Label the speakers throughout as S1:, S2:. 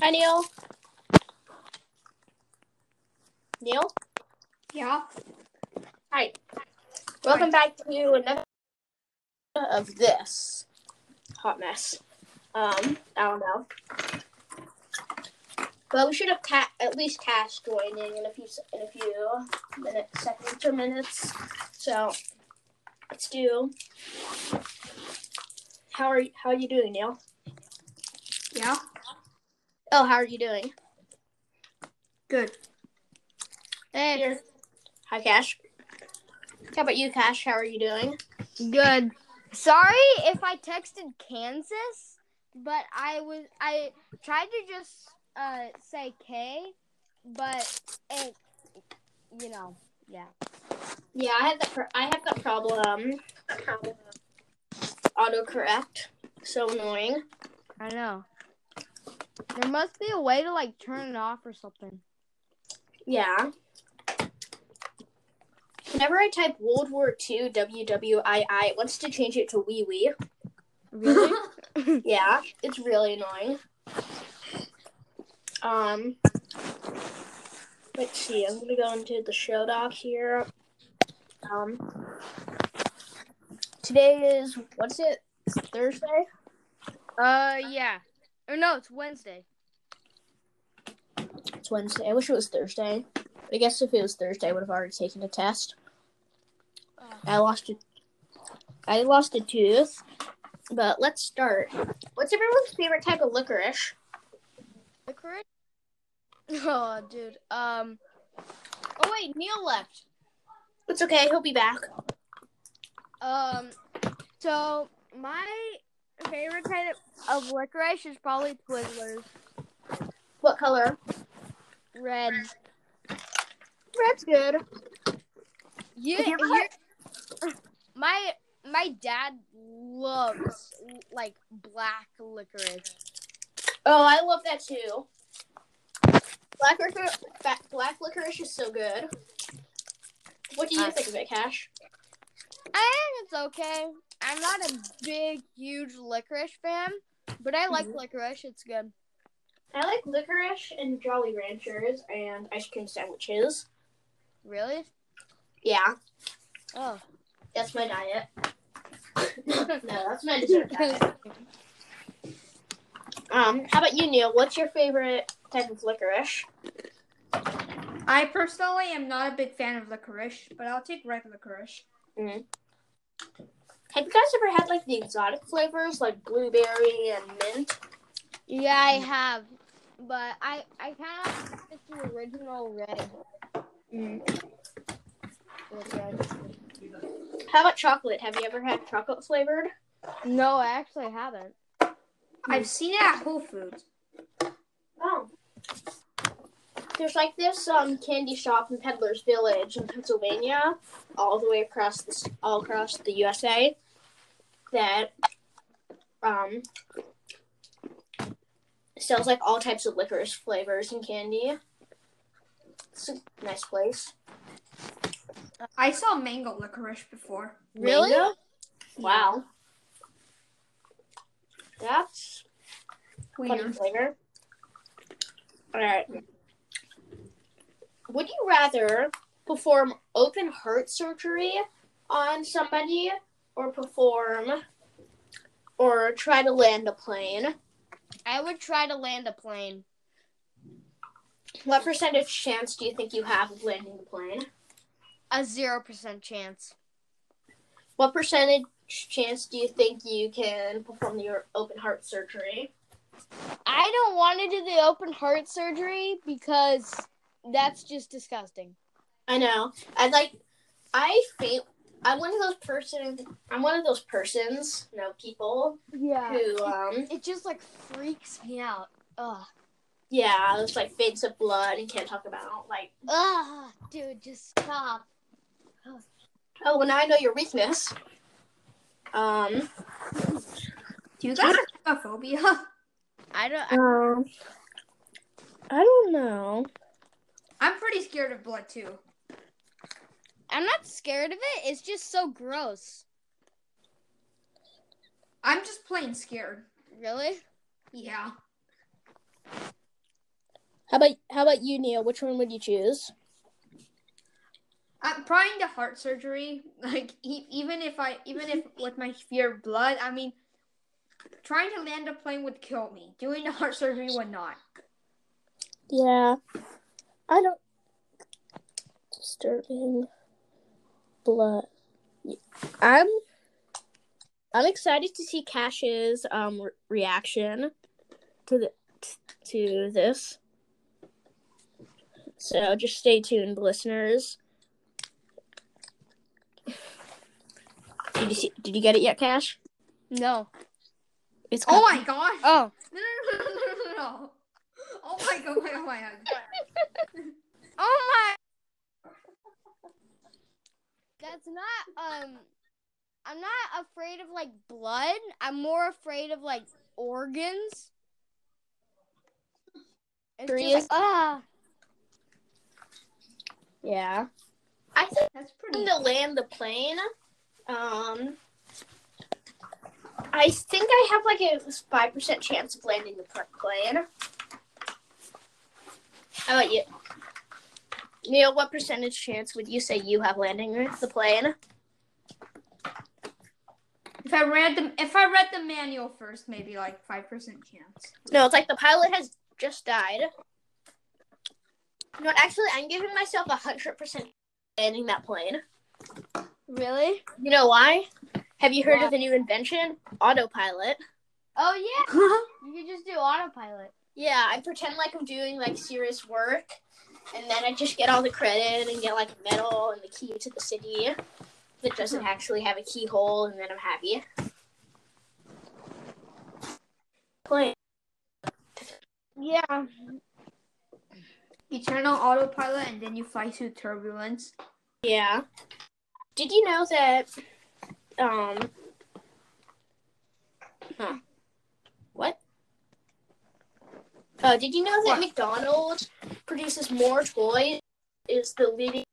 S1: Hi, Neil. Neil?
S2: Yeah.
S1: Hi. Welcome back to another of this hot mess. Um, I don't know. But we should have ca- at least Cash joining in a few se- in a few minutes, seconds or minutes. So let's do. How are you, how are you doing, Neil?
S2: Yeah.
S1: Oh, how are you doing?
S2: Good.
S3: Hey,
S1: Here. Hi, Cash. How about you, Cash? How are you doing?
S3: good. Sorry if I texted Kansas, but I was I tried to just uh say K, but it you know yeah.
S1: Yeah, I have that. Pro- I have that problem. Autocorrect, so annoying.
S3: I know. There must be a way to like turn it off or something.
S1: Yeah. Whenever I type World War II WWII, it wants to change it to Wee Wee.
S3: Really?
S1: Yeah, it's really annoying. Um, let's see. I'm gonna go into the show doc here. Um, today is what's it? Thursday.
S3: uh yeah. Or no, it's Wednesday.
S1: It's Wednesday. I wish it was Thursday. I guess if it was Thursday, I would have already taken a test. I lost a, I lost a tooth. But let's start. What's everyone's favorite type of licorice?
S3: Licorice. Oh, dude. Um. Oh wait, Neil left.
S1: It's okay. He'll be back.
S3: Um, so my favorite kind of, of licorice is probably Twizzlers.
S1: What color?
S3: Red.
S1: Red's good.
S3: You,
S1: Have you ever
S3: you- my my dad loves like black licorice.
S1: Oh, I love that too. Black licorice, black licorice is so good. What do you
S3: Uh,
S1: think of it, Cash?
S3: I think it's okay. I'm not a big huge licorice fan, but I like
S1: Mhm.
S3: licorice. It's good.
S1: I like licorice and Jolly Ranchers and ice cream sandwiches.
S3: Really?
S1: Yeah,
S3: Oh.
S1: that's my diet. no, that's my dessert diet. Um, how about you, Neil? What's your favorite type of licorice?
S2: I personally am not a big fan of licorice, but I'll take red licorice.
S1: Have you guys ever had like the exotic flavors like blueberry and mint?
S3: yeah, I have, but I I kind of stick to the original red. licorice.
S1: How about chocolate? Have you ever had chocolate flavored?
S3: No, I actually haven't.
S2: I've seen it at Whole Foods.
S1: Oh. There's like this um candy shop in Peddler's Village in Pennsylvania, all the way across this all across the USA that um sells like all types of licorice flavors and candy. It's a nice place.
S2: I saw mango licorice before.
S3: Really?
S1: Mango? Wow. That's funny
S2: Weird.
S1: flavor. Alright. Would you rather perform open heart surgery on somebody or perform or try to land a plane?
S3: I would try to land a plane.
S1: What percentage chance do you think you have of landing the plane?
S3: A zero percent chance.
S1: What percentage chance do you think you can perform your open heart surgery?
S3: I don't want to do the open heart surgery because that's just disgusting.
S1: I know. I like. I faint. I'm one of those persons. I'm one of those persons. No people
S3: Yeah.
S1: who um
S3: It just like freaks me out. Ugh.
S1: Yeah, it's like faints of blood and can't talk about. Like,
S3: Ugh, dude, just stop.
S1: oh, well, now I know your weakness. Um,
S2: Do you guys have a phobia?
S3: I don't.
S1: um, I don't know.
S2: I'm pretty scared of blood too.
S3: I'm not scared of it. It's just so gross.
S2: I'm just plain scared.
S3: Really?
S2: Yeah.
S1: How about how about you, Neil? Which one would you choose?
S2: I'm probably into heart surgery. Like e- even if I, even if with my fear of blood, I mean, trying to land a plane would kill me. Doing the heart surgery would not.
S1: Yeah. I don't. Disturbing blood. I'm. I'm excited to see Cash's um re- reaction to the to this. So just stay tuned, listeners. Did you see, did you get it yet, Cash?
S3: No.
S1: It's
S2: Oh my gosh!
S3: Oh.
S2: No, no, no, no, no, no, no! Oh my god! Oh my, oh my god!
S3: Oh my. That's not um I'm not afraid of like blood. I'm more afraid of like organs. It's
S1: Three
S3: just,
S1: is-
S3: ah.
S1: yeah. I think
S2: That's
S1: going
S2: pretty.
S1: to land the plane. Um, I think I have like a five percent chance of landing the pl- plane. How about you, Neil? What percentage chance would you say you have landing the plane?
S2: If I read the, if I read the manual first, maybe like five percent chance.
S1: No, it's like the pilot has just died. No, actually, I'm giving myself a hundred percent landing that plane.
S3: Really?
S1: You know why? Have you heard
S3: Why?
S1: of the new invention, autopilot?
S3: Oh yeah. You could just do autopilot.
S1: Yeah, I pretend like I'm doing like serious work, and then I just get all the credit and get like a medal and the key to the city that doesn't actually have a keyhole, and then I'm happy. Plane.
S3: Yeah.
S2: you turn on autopilot and then you fly through turbulence.
S1: Yeah. Did you know that? Um. Huh. What? Oh, did you know that
S2: What?
S1: McDonald's produces more toys? Is the leading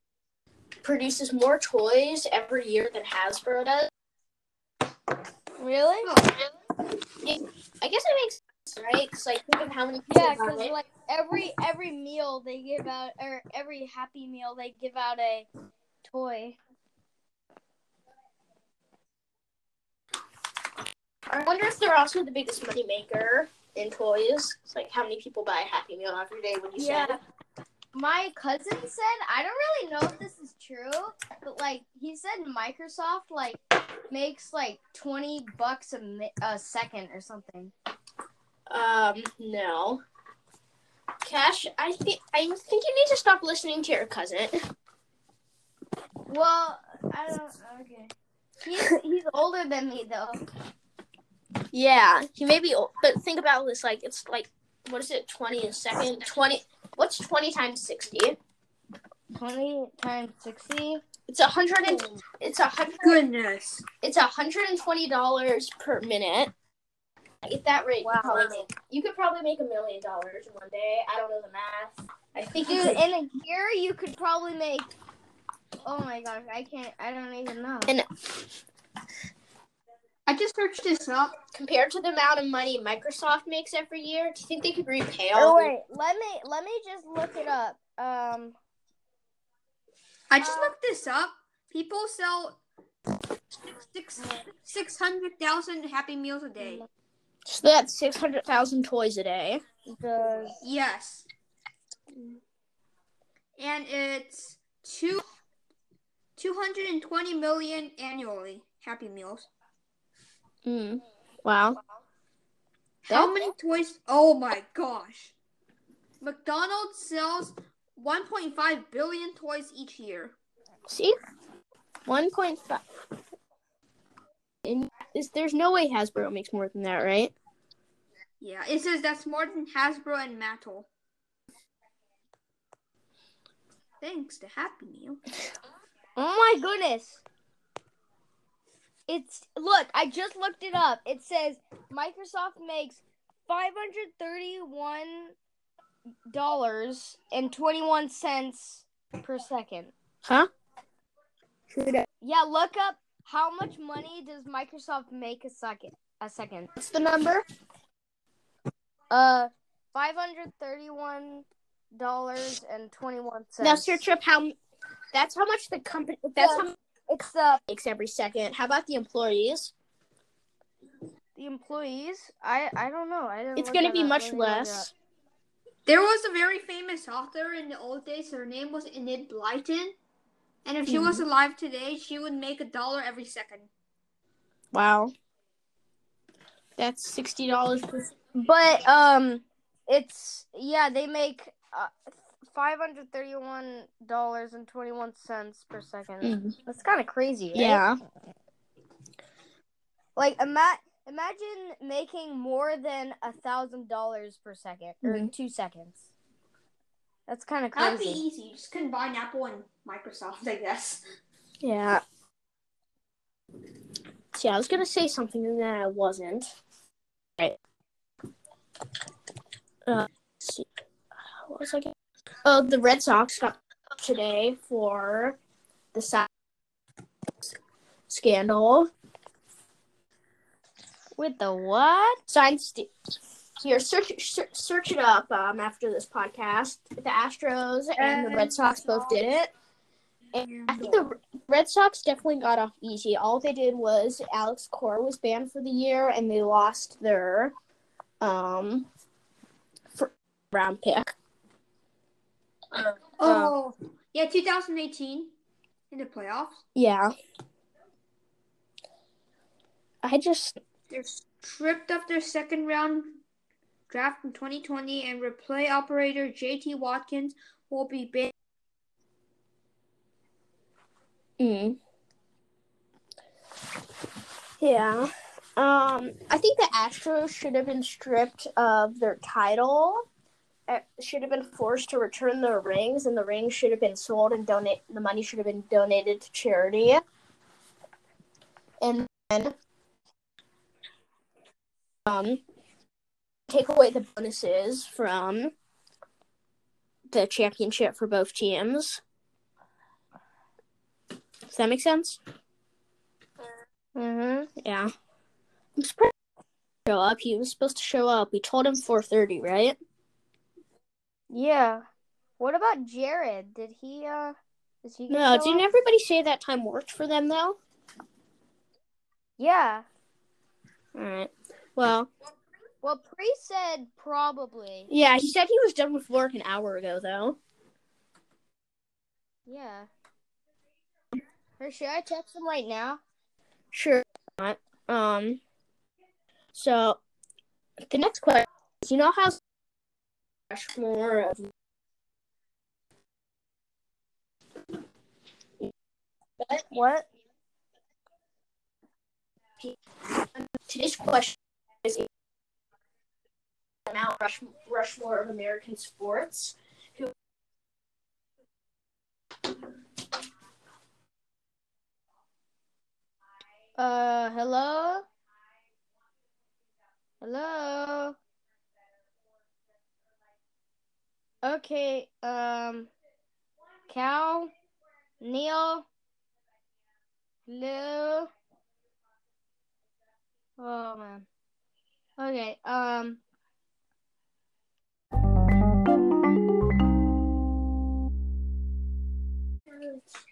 S1: produces more toys every year than Hasbro does?
S3: Really?
S1: I guess it makes sense, right? Because like think of how many people
S3: Yeah,
S1: buy
S3: because
S1: it.
S3: like every every meal they give out or every happy meal they give out a toy.
S1: I wonder if they're also the biggest money maker in toys. It's like how many people buy a Happy Meal every day when you
S3: Yeah.
S1: said.
S3: My cousin said I don't really know if this is true, but like he said Microsoft like makes like 20 bucks a, mi- a second or something.
S1: Um, no. Cash, I think I think you need to stop listening to your cousin.
S3: Well, I don't okay. He's he's older than me though.
S1: Yeah, he may be, old, but think about this. Like, it's like, what is it? Twenty a second. Twenty. What's twenty times sixty?
S3: 20 times 60.
S1: It's a hundred and. It's a hundred.
S2: Goodness.
S1: It's a hundred and twenty dollars per minute. At that rate, you,
S3: Wow.
S1: probably make, you could probably make a million dollars in one day. I don't know the math. I think you
S3: Dude, in
S1: could
S3: a year you could probably make Oh my gosh, I can't I don't even know.
S2: I just searched this up.
S1: compared to the amount of money Microsoft makes every year. Do you think they could repay all?
S3: Oh
S1: the-
S3: wait, let me let me just look it up. Um
S2: I just
S3: Uh,
S2: looked this up. People sell six six hundred thousand Happy Meals a day.
S1: So that's 600,000 toys a day.
S3: the
S2: Yes. And it's two two hundred and twenty million annually Happy Meals.
S3: Hmm.
S1: Mm. Wow.
S2: How many toys? Oh my gosh! McDonald's sells one point five billion toys each year.
S1: See? 1.5. And is, there's no way Hasbro makes more than that, right?
S2: Yeah, it says that's more than Hasbro and Mattel. Thanks to Happy Meal.
S3: Oh my goodness. It's look, I just looked it up. It says Microsoft makes five hundred thirty one dollars and twenty one cents per second.
S1: Huh?
S3: Yeah, look up how much money does Microsoft make a second a second.
S1: What's the number?
S3: Uh five hundred thirty one dollars and twenty one cents.
S1: That's your trip. How? That's how much the company. That's how much
S3: It's the
S1: it takes every second. How about the employees?
S3: the employees. I I don't know. I didn't.
S1: It's
S3: look
S1: gonna
S3: that
S1: be
S3: up.
S1: much
S3: Let me look it
S1: less.
S3: up.
S2: There was a very famous author in the old days. Her name was Enid Blyton, and if she was alive today, she would make a dollar every second.
S1: Wow. That's sixty dollars per.
S3: But um, it's yeah. They make uh, five hundred thirty one dollars and twenty one cents per second. That's kind of crazy. Right?
S1: Mm. Yeah.
S3: Like ima- imagine making more than a thousand dollars per second or
S1: Mhm.
S3: two seconds. That's kind of
S2: That'd be
S3: crazy.
S2: easy. Just combine Apple and Microsoft, I guess.
S1: Yeah. See, I was gonna say something and then I wasn't. Right. Uh, let's see. Uh, What was I? Getting? Oh, the Red Sox got today for the Sox scandal.
S3: With the what?
S1: Sign st- here. Search, search search it up um, after this podcast. The Astros and the Red Sox both did it. I think the Red Sox definitely got off easy. All they did was Alex Cora was banned for the year, and they lost their um fir- round pick.
S2: Oh, yeah, 2018 in the playoffs.
S1: Yeah, I just
S2: They're stripped of their second round draft in 2020, and replay operator JT Watkins will be banned.
S1: mm. yeah. Um, I think the Astros should have been stripped of their title. Uh, Should have been forced to return their rings, and the rings should have been sold and donate. The money should have been donated to charity. and then um take away the bonuses from the championship for both teams. Does that make sense?
S3: Mm-hmm.
S1: Yeah. I'm surprised he didn't show up. He was supposed to show up. We told him four thirty, right?
S3: Yeah. What about Jared? Did he uh is he gonna
S1: No,
S3: show
S1: didn't
S3: up?
S1: everybody say that time worked for them though?
S3: Yeah.
S1: Alright. Well
S3: Well Pre said probably.
S1: Yeah, he said he was done with work an hour ago though.
S3: Yeah. Or should I text him right now?
S1: Sure. Not. Um. So, the next question is: You know how Rushmore of
S3: What?
S1: today's question is Mount Rush, Rushmore of American sports. Who?
S3: Uh hello? Hello. Okay, um Cal Neil Hello Oh man. Okay, um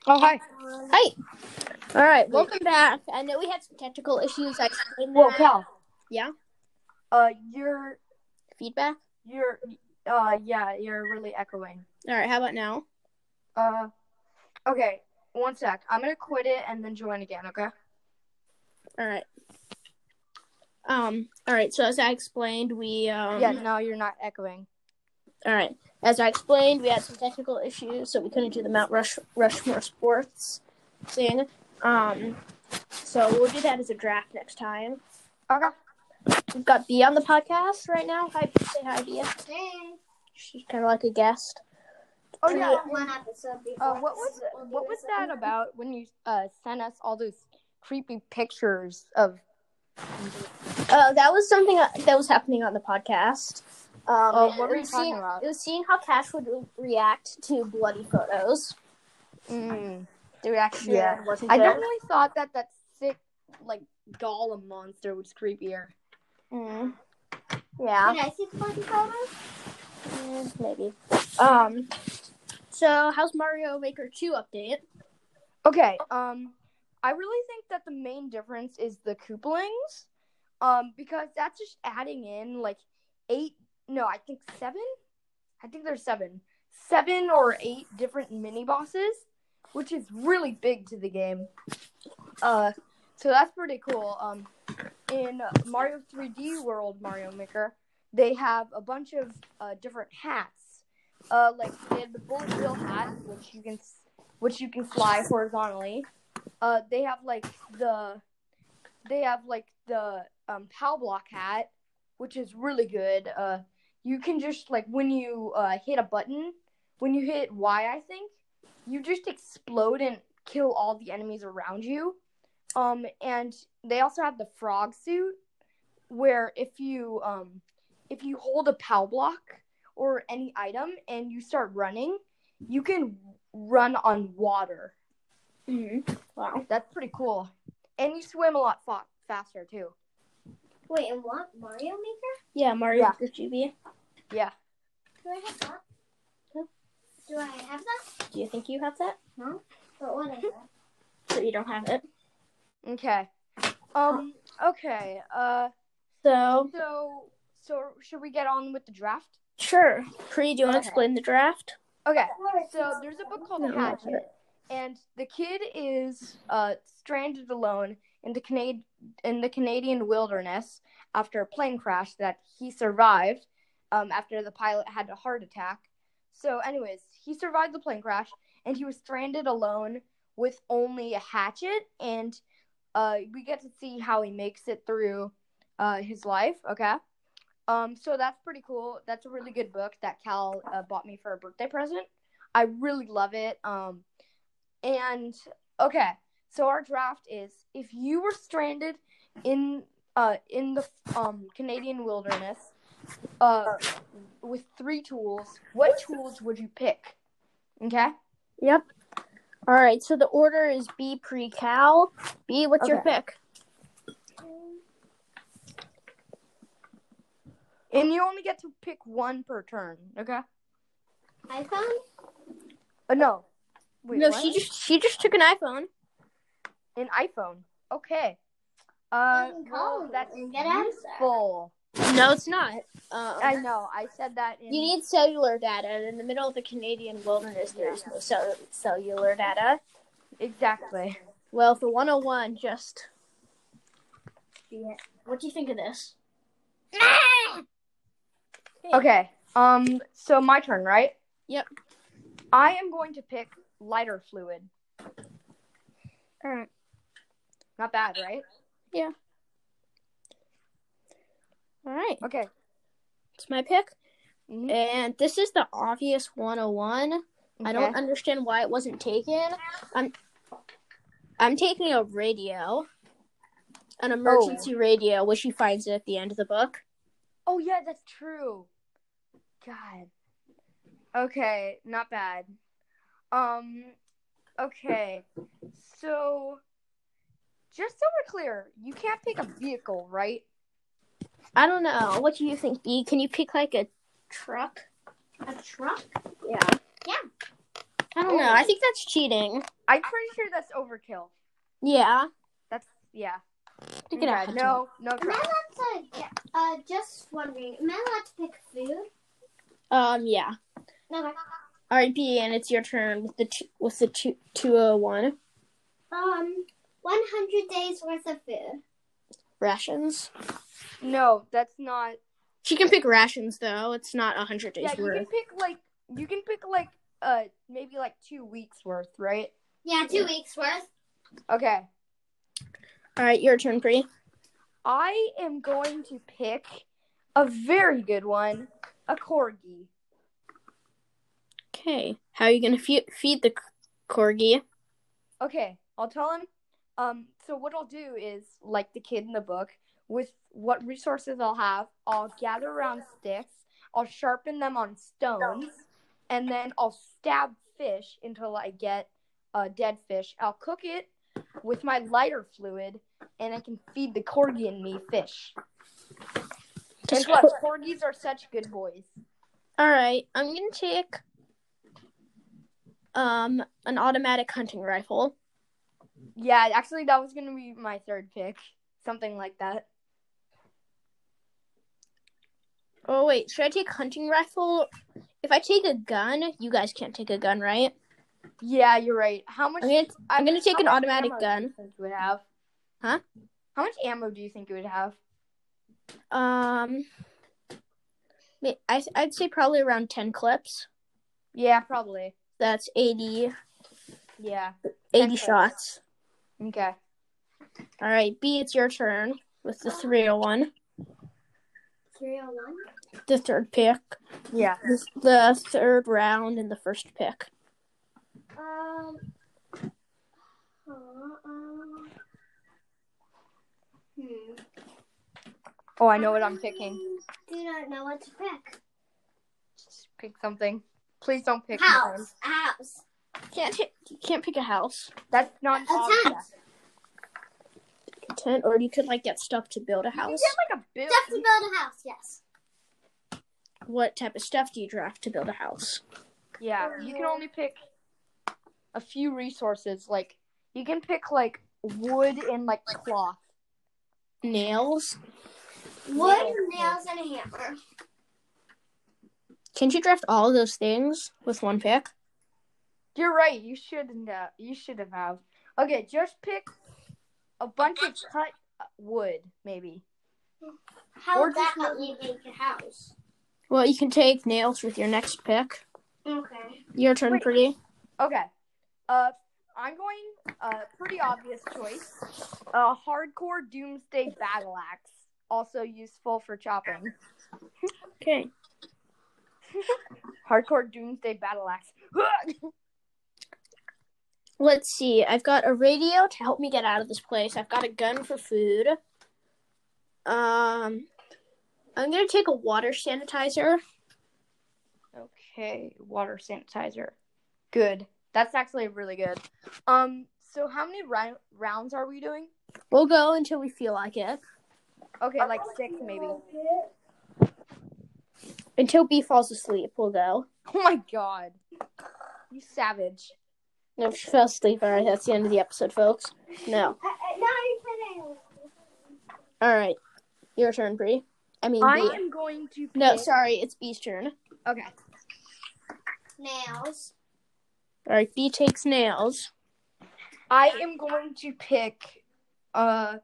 S3: Oh hi.
S1: Hey. All right, welcome back. I know we had some technical issues. I explained
S4: Well,
S1: that.
S4: Cal.
S1: Yeah?
S4: Uh, you're
S1: Feedback.
S4: you're uh yeah, you're really echoing.
S1: All right, how about now?
S4: Uh, okay, one sec. I'm gonna quit it and then join again. Okay.
S1: All right. Um. All right. So as I explained, we um.
S4: yeah. No, you're not echoing.
S1: All right. As I explained, we had some technical issues, so we couldn't do the Mount Rush Rushmore Sports thing. Um, so we'll do that as a draft next time.
S4: Okay.
S1: We've got B on the podcast right now. Hi, B. say hi, B. She's kind of like a guest.
S4: Oh yeah.
S2: One episode
S4: Uh, what was what was that about when you uh sent us all those creepy pictures of?
S1: Uh, that was something that was happening on the podcast. Um,
S4: Oh, what
S1: it
S4: were you
S1: was
S4: talking
S1: seeing-
S4: about?
S1: It was seeing how Cash would react to bloody photos. The reaction
S4: Yeah.
S1: wasn't
S4: mm, I
S1: good.
S4: definitely thought that that sick like golem monster was creepier.
S1: Mm. Yeah.
S2: I see the photos?
S1: Mm, maybe. Um, so how's Mario Maker 2 update?
S3: Okay. Um, I really think that the main difference is the couplings, um, because that's just adding in like eight. No, I think seven. I think there's seven, seven or eight different mini bosses, which is really big to the game. Uh, so that's pretty cool. Um, in Mario 3D World Mario Maker, they have a bunch of uh, different hats. Uh, like they have the bullet bill hat, which you can s- which you can fly horizontally. Uh, they have like the they have like the um, pow block hat, which is really good. Uh, you can just like when you uh, hit a button, when you hit Y, I think you just explode and kill all the enemies around you. Um, and they also have the frog suit, where if you um, if you hold a pow block or any item and you start running, you can run on water.
S1: Mm-hmm. Wow.
S3: That's pretty cool. And you swim a lot fa- faster too.
S2: Wait, and what? Mario Maker?
S1: Yeah, Mario
S3: Yeah.
S1: Maker GB.
S3: Yeah.
S2: Do I have that? Do I have that?
S1: Do you think you have that?
S2: But whatever.
S1: Or you don't have it?
S3: Okay. Um. Okay. Uh.
S1: So,
S3: So. So should we get on with the draft?
S1: sure. Pre, do you want to
S3: Okay.
S1: explain the draft?
S3: Okay. So there's a book called
S1: No.
S3: Hatchet, and the kid is uh stranded alone in the Canad- in the Canadian wilderness after a plane crash that he survived. Um, after the pilot had a heart attack. So, anyways, he survived the plane crash, and he was stranded alone with only a hatchet. And uh, we get to see how he makes it through uh his life. Okay. Um, so that's pretty cool. That's a really good book that Cal uh, bought me for a birthday present. I really love it. Um, and okay, so our draft is if you were stranded in uh in the um Canadian wilderness, uh, with three tools, what tools would you pick? Okay.
S1: Yep. All right. So the order is B pre Cal. B, what's your pick?
S3: And you only get to pick one per turn. Okay.
S2: iPhone?
S3: Uh, no. Wait,
S1: no,
S3: what?
S1: she just she just took an iPhone.
S3: an iPhone. Okay. Uh,
S2: Doesn't
S3: well,
S2: call
S3: that's
S2: and get answer.
S3: useful.
S1: No, it's not. Um,
S3: I know. I said that. In,
S1: you need cellular data, and in the middle of the Canadian wilderness, there's no cell- cellular data.
S3: exactly.
S1: Well, for 101, just. What do you think of this?
S3: Okay. Um. So my turn, right?
S1: Yep.
S3: I am going to pick lighter fluid.
S1: Alright.
S3: Not bad, right?
S1: All right,
S3: Okay.
S1: it's my pick.
S3: Mhm.
S1: And this is the obvious 101. Eh, I don't
S3: Okay.
S1: understand why it wasn't taken. I'm I'm taking a radio. An emergency radio, which he finds at the end of the book.
S3: Oh yeah, that's true. God. Okay, not bad. Um okay. So just so we're clear, you can't pick a vehicle, right?
S1: I don't know. What do you think, B? Can you pick like a truck?
S2: A truck?
S1: Yeah.
S2: Yeah.
S1: I don't know. I think that's cheating.
S3: I'm pretty sure that's overkill.
S1: Yeah.
S3: That's yeah.
S1: Pick it
S3: Okay,
S1: out.
S3: No, no
S2: Am I
S3: truck.
S2: allowed to, get- uh, just wondering, am I allowed to pick food?
S1: Um. Yeah.
S2: No, no.
S1: All right, B, and it's your turn with the t- with the two two oh one
S2: Um, 100 days worth of food.
S1: rations.
S3: No, that's not
S1: She can pick rations though. It's not a hundred days
S3: Yeah, you can
S1: worth.
S3: pick like you can pick like uh maybe like two weeks worth, right?
S2: Yeah, two weeks worth.
S3: Okay.
S1: All right, your turn, Bree.
S3: I am going to pick a very good one, a corgi.
S1: Okay. How are you gonna fe- feed the c- corgi?
S3: Okay, I'll tell him. Um, so what I'll do is, like the kid in the book, with what resources I'll have, I'll gather around sticks, I'll sharpen them on stones, and then I'll stab fish until I get a dead fish. I'll cook it with my lighter fluid, and I can feed the corgi and me fish. And
S1: Just
S3: plus,
S1: qu-
S3: corgis are such good boys.
S1: All right, I'm gonna take um, an automatic hunting rifle.
S3: Yeah, actually, that was gonna be my third pick, something like that.
S1: Oh wait, should I take hunting rifle? If I take a gun, you guys can't take a gun, right?
S3: Yeah, you're right. How much?
S1: I'm gonna, I'm gonna take
S3: how
S1: an
S3: much
S1: automatic
S3: ammo do
S1: gun.
S3: you think it would have?
S1: Huh?
S3: How much ammo do you think it would have?
S1: Um, ma- I I'd say probably around ten clips.
S3: Yeah, probably.
S1: That's 80,
S3: Yeah.
S1: 80
S3: clips.
S1: shots.
S3: Okay.
S1: All right, B, it's your turn with the three hundred one,
S2: 301?
S1: the third pick,
S3: Yeah.
S1: the, the third round, and the first pick.
S2: Um. uh, Hmm.
S3: Oh, I know what I'm picking.
S2: Do not know what to pick.
S3: Just pick something. Please don't pick.
S2: House.
S3: mine.
S2: House.
S1: Can't hit, you can't pick a house.
S3: That's not.
S2: A tent.
S1: A tent, or you could like get stuff to build a house.
S3: like a bill.
S2: Stuff to build a house. Yes.
S1: What type of stuff do you draft to build a house?
S3: Yeah, you can only pick a few resources. Like you can pick like wood and like cloth.
S1: Nails.
S2: Wood, nails, and a hammer.
S1: Can't you draft all of those things with one pick?
S3: You're right. You shouldn't. Have, you should have have. Okay, just pick a bunch of cut uh, wood, maybe.
S2: How
S3: Or
S2: would that
S3: just
S2: help me make a house?
S1: Well, you can take nails with your next pick.
S2: Okay.
S1: Your turn,
S3: Wait.
S1: pretty.
S3: Okay. Uh, I'm going. Uh, pretty obvious choice. A hardcore doomsday battle axe, also useful for chopping.
S1: Okay.
S3: Hardcore doomsday battle axe.
S1: Let's see. I've got a radio to help me get out of this place. I've got a gun for food. Um, I'm gonna take a water sanitizer.
S3: Okay, water sanitizer. Good. That's actually really good. Um, so how many rou- rounds are we doing?
S1: We'll go until we feel like it.
S3: Okay, like six maybe. Oh
S1: Until B falls asleep, we'll go.
S3: Oh my god. You savage.
S1: No, she fell asleep. All right, that's the end of the episode, folks. No.
S2: Uh, uh, no, you're kidding.
S1: All right, your turn, Bree. I mean,
S3: I
S1: Bea.
S3: am going to
S1: no,
S3: pick-
S1: sorry, it's B's turn.
S3: Okay.
S2: Nails.
S1: All right, B takes nails.
S3: I am going to pick uh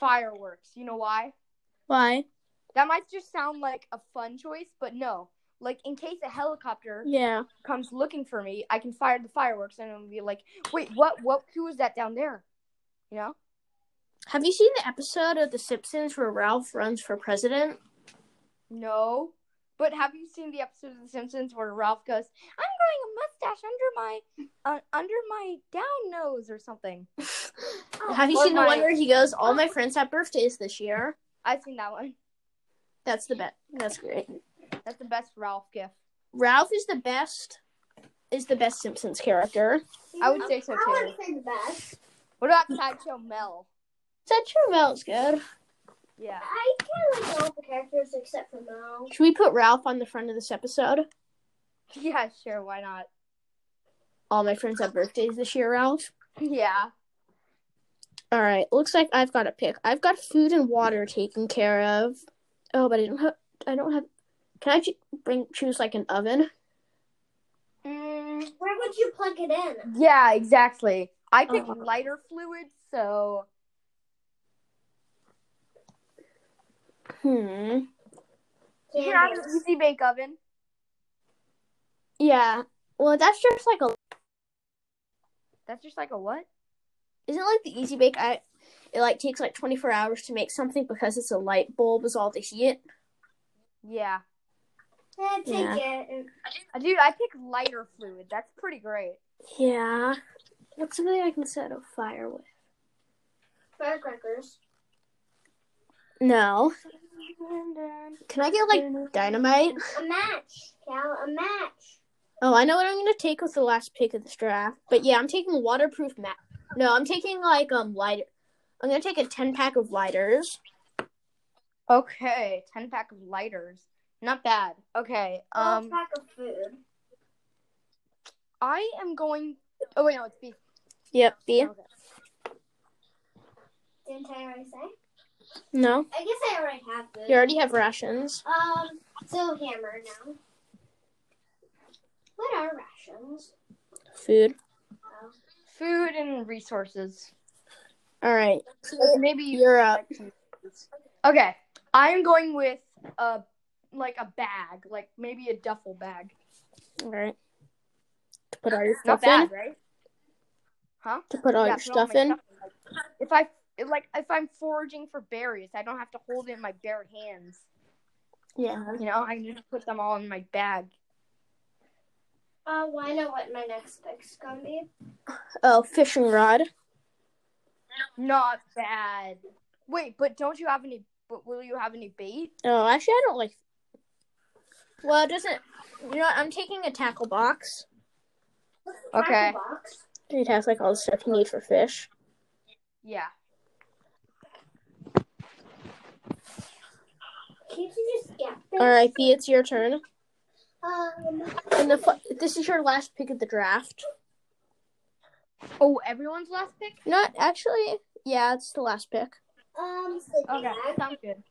S3: fireworks. You know why?
S1: Why?
S3: That might just sound like a fun choice, but no. Like in case a helicopter
S1: Yeah.
S3: comes looking for me, I can fire the fireworks and it'll be like, wait, what? What? Who is that down there? You know?
S1: Have you seen the episode of The Simpsons where Ralph runs for president?
S3: No. But have you seen the episode of The Simpsons where Ralph goes, "I'm growing a mustache under my uh, under my down nose" or something?
S1: Have you
S2: Oh
S3: Oh, Or
S1: seen the
S3: my-
S1: one where he goes, "All my friends have birthdays this year"?
S3: I've seen that one.
S1: That's the best. That's great.
S3: That's the best Ralph gift.
S1: Ralph is the best. Is the best Simpsons character.
S3: I would say so
S2: Oh, I
S3: too.
S2: would say the best.
S3: What about Sideshow Mel?
S1: That Trevel's good.
S3: Yeah.
S2: I kind of like all the characters except for Mel.
S1: Should we put Ralph on the front of this episode?
S3: Yeah, sure. Why not?
S1: All my friends have birthdays this year, Ralph.
S3: Yeah.
S1: All right. Looks like I've got a pick. I've got food and water taken care of. Oh, but I don't have. I don't have. Can I ju- bring choose like an oven?
S3: Mm,
S2: Where would you plug it in?
S3: yeah, exactly. I picked
S1: Uh-huh.
S3: lighter fluid, so
S1: Hmm.
S3: you can have
S2: Candles.
S3: an easy bake oven.
S1: Yeah. Well, that's just like a.
S3: That's just like a what?
S1: Isn't like the easy bake? I. It like takes like twenty four hours to make something because it's a light bulb is all the heat.
S3: Yeah.
S2: Eh, take
S1: Yeah.
S2: it.
S3: Dude, I picked lighter fluid. That's pretty great.
S1: Yeah. What's something I can set a fire with?
S2: Firecrackers.
S1: No. Can I get like dynamite?
S2: A match, Cal. A match.
S1: Oh, I know what I'm gonna take with the last pick of this draft. But yeah, I'm taking waterproof mat. No, I'm taking like um lighter. I'm gonna take a ten pack of lighters.
S3: Okay, ten pack of lighters. Not bad. Okay.
S2: Um,
S3: Um,
S2: pack of food.
S3: I am going. Oh wait, no, it's B.
S1: Yep, B.
S3: Okay.
S2: Didn't I already say?
S1: No.
S2: I guess I already have this.
S1: You already have rations.
S2: Um, so hammer now. What are rations?
S1: Food.
S3: Food and resources.
S1: All right.
S3: Maybe you
S1: You're up.
S3: Okay, I am going with a like a bag, like maybe a duffel bag.
S1: All right. To put all your
S3: Not
S1: stuff in.
S3: bad, right?
S1: To put all
S3: Yeah,
S1: your
S3: put all
S1: stuff
S3: my
S1: in.
S3: If I if, like if I'm foraging for berries, I don't have to hold it in my bare hands.
S1: Yeah.
S3: You know, I can just put them all in my bag.
S2: Uh, well, I know what my next pick's gonna be.
S1: Oh, fishing rod.
S3: Not bad. Wait, but don't you have any? But will you have any bait?
S1: Oh, actually, I don't like. Well, it doesn't. You know what? I'm taking a tackle box.
S3: Okay.
S2: Tackle Box.
S1: It has like all the stuff you need for fish.
S3: Yeah.
S2: Can't you just get this?
S1: All right, B, it's your turn.
S2: Um,
S1: And the fu- this is your last pick of the draft.
S5: Oh, everyone's last pick?
S1: Not actually. Yeah, it's the last pick.
S2: um, sleeping
S3: Okay.
S2: bag.
S3: Sounds good.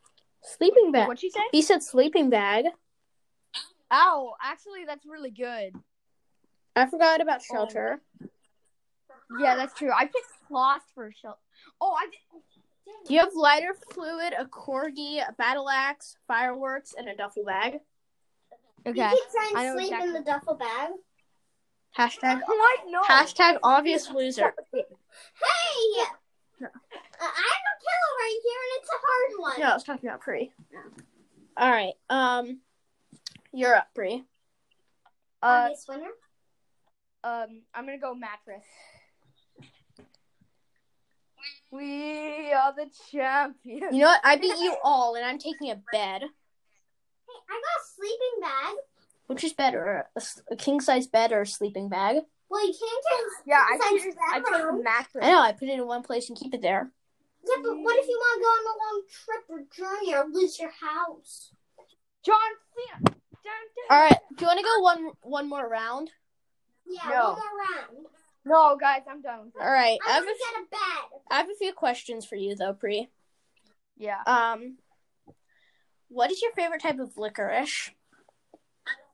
S1: Sleeping bag.
S3: What'd she say?
S1: B said sleeping bag.
S3: Oh, actually, that's really good.
S1: I forgot about shelter.
S3: Yeah, that's true. I picked sloth for sure. Oh, I
S1: Do you have lighter fluid, a corgi, a battle axe, fireworks, and a duffel bag?
S3: did.
S2: You keep trying
S3: I know
S2: to sleep
S3: exactly.
S2: in the duffel bag.
S1: Hashtag
S3: What?
S1: Oh.
S3: No.
S1: hashtag obvious loser.
S2: Hey! Uh, I have a pillow right here, and it's a hard one.
S1: No, I was talking about Bree. All right. Um, you're up, Bree.
S3: Uh,
S2: Obvious winner.
S3: um, I'm gonna go mattress. We are the champions.
S1: You know what? I beat you all, and I'm taking a bed,
S2: Hey, I got a sleeping bag.
S1: which is better, a, s- a king size bed or a sleeping bag.
S2: Well, you can't get
S3: Yeah, I
S2: Besides
S3: picked,
S2: that
S3: I
S2: one.
S3: picked mattress.
S1: I know. I put it in one place and keep it there.
S2: Yeah, but what if you want to go on a long trip or journey or lose your house?
S3: John Cena. Dun, dun.
S1: All right. Do you want to go one one more round?
S2: Yeah,
S3: No.
S2: one more round.
S3: No, guys, I'm done with it.
S1: All right. I
S2: I'm
S1: have
S2: gonna
S1: a,
S2: get a bed.
S1: I have a few questions for you though, Bree.
S3: Yeah,
S1: Um, what is your favorite type of licorice?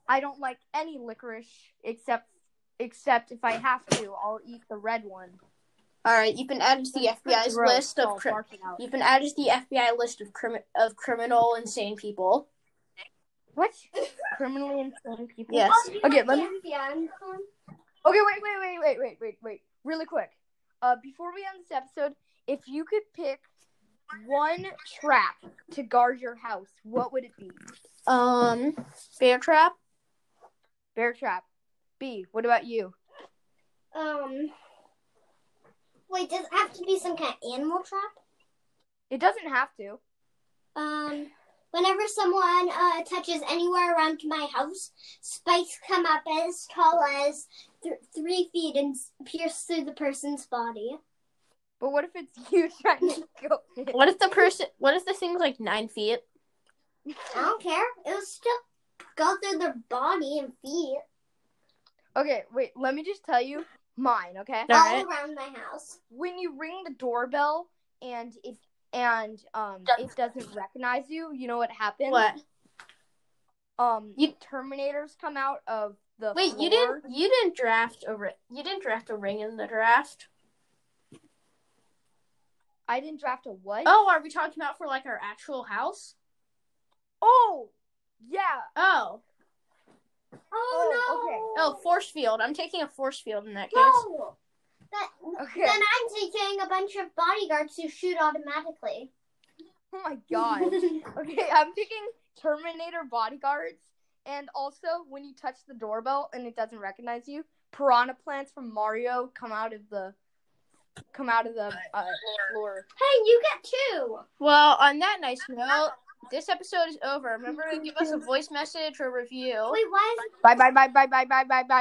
S3: I don't like any licorice except except if I have to, I'll eat the red one.
S1: All right. You've been added to the FBI's
S3: Gross,
S1: list
S3: so
S1: of
S3: I'll
S1: cri-
S3: bark it out.
S1: you've been added to the FBI list of crimi- of criminal insane people.
S3: What? Criminally insane people.
S1: Yes.
S2: Oh, you
S3: Okay,
S2: like
S3: let me-
S2: the FBI uniform?
S3: Okay, wait, wait, wait, wait, wait, wait, wait. Really quick. Uh, before we end this episode, if you could pick one trap to guard your house, what would it be?
S1: Um, bear trap.
S3: Bear trap. B. What about you?
S2: Um. Wait, does it have to be some kind of animal trap?
S3: It doesn't have to.
S2: Um. Whenever someone uh, touches anywhere around my house, spikes come up as tall as th- three feet and s- pierce through the person's body.
S3: But what if it's you trying to go? in?
S1: What if the person? What if the thing's like nine feet?
S2: I don't care. It'll still go through their body and feet
S3: Okay, wait. Let me just tell you mine. Okay.
S1: All
S2: all
S1: right.
S2: around my house.
S3: When you ring the doorbell and it and um it doesn't recognize you, you know what happens?
S1: What?
S3: Um,
S1: You-
S3: Terminators come out of the.
S1: Wait, you
S3: floor.
S1: didn't. You didn't draft a. ri- You didn't draft a ring in the draft.
S3: I didn't draft a what?
S1: Oh, are we talking about for like our actual house?
S3: Oh, yeah.
S1: Oh,
S2: Oh,
S3: Oh,
S2: no!
S1: oh, force field. I'm taking a force field in that case.
S2: No! That,
S3: Okay.
S2: Then I'm taking a bunch of bodyguards who shoot automatically.
S3: Oh my god. okay, I'm picking Terminator bodyguards, and also when you touch the doorbell and it doesn't recognize you, piranha plants from Mario come out of the come out of the uh, floor.
S2: hey, you get two!
S1: Well, on that nice note, this episode is over. Remember to give us a voice message or review.
S2: Wait, why is
S3: Bye bye bye bye bye bye bye bye.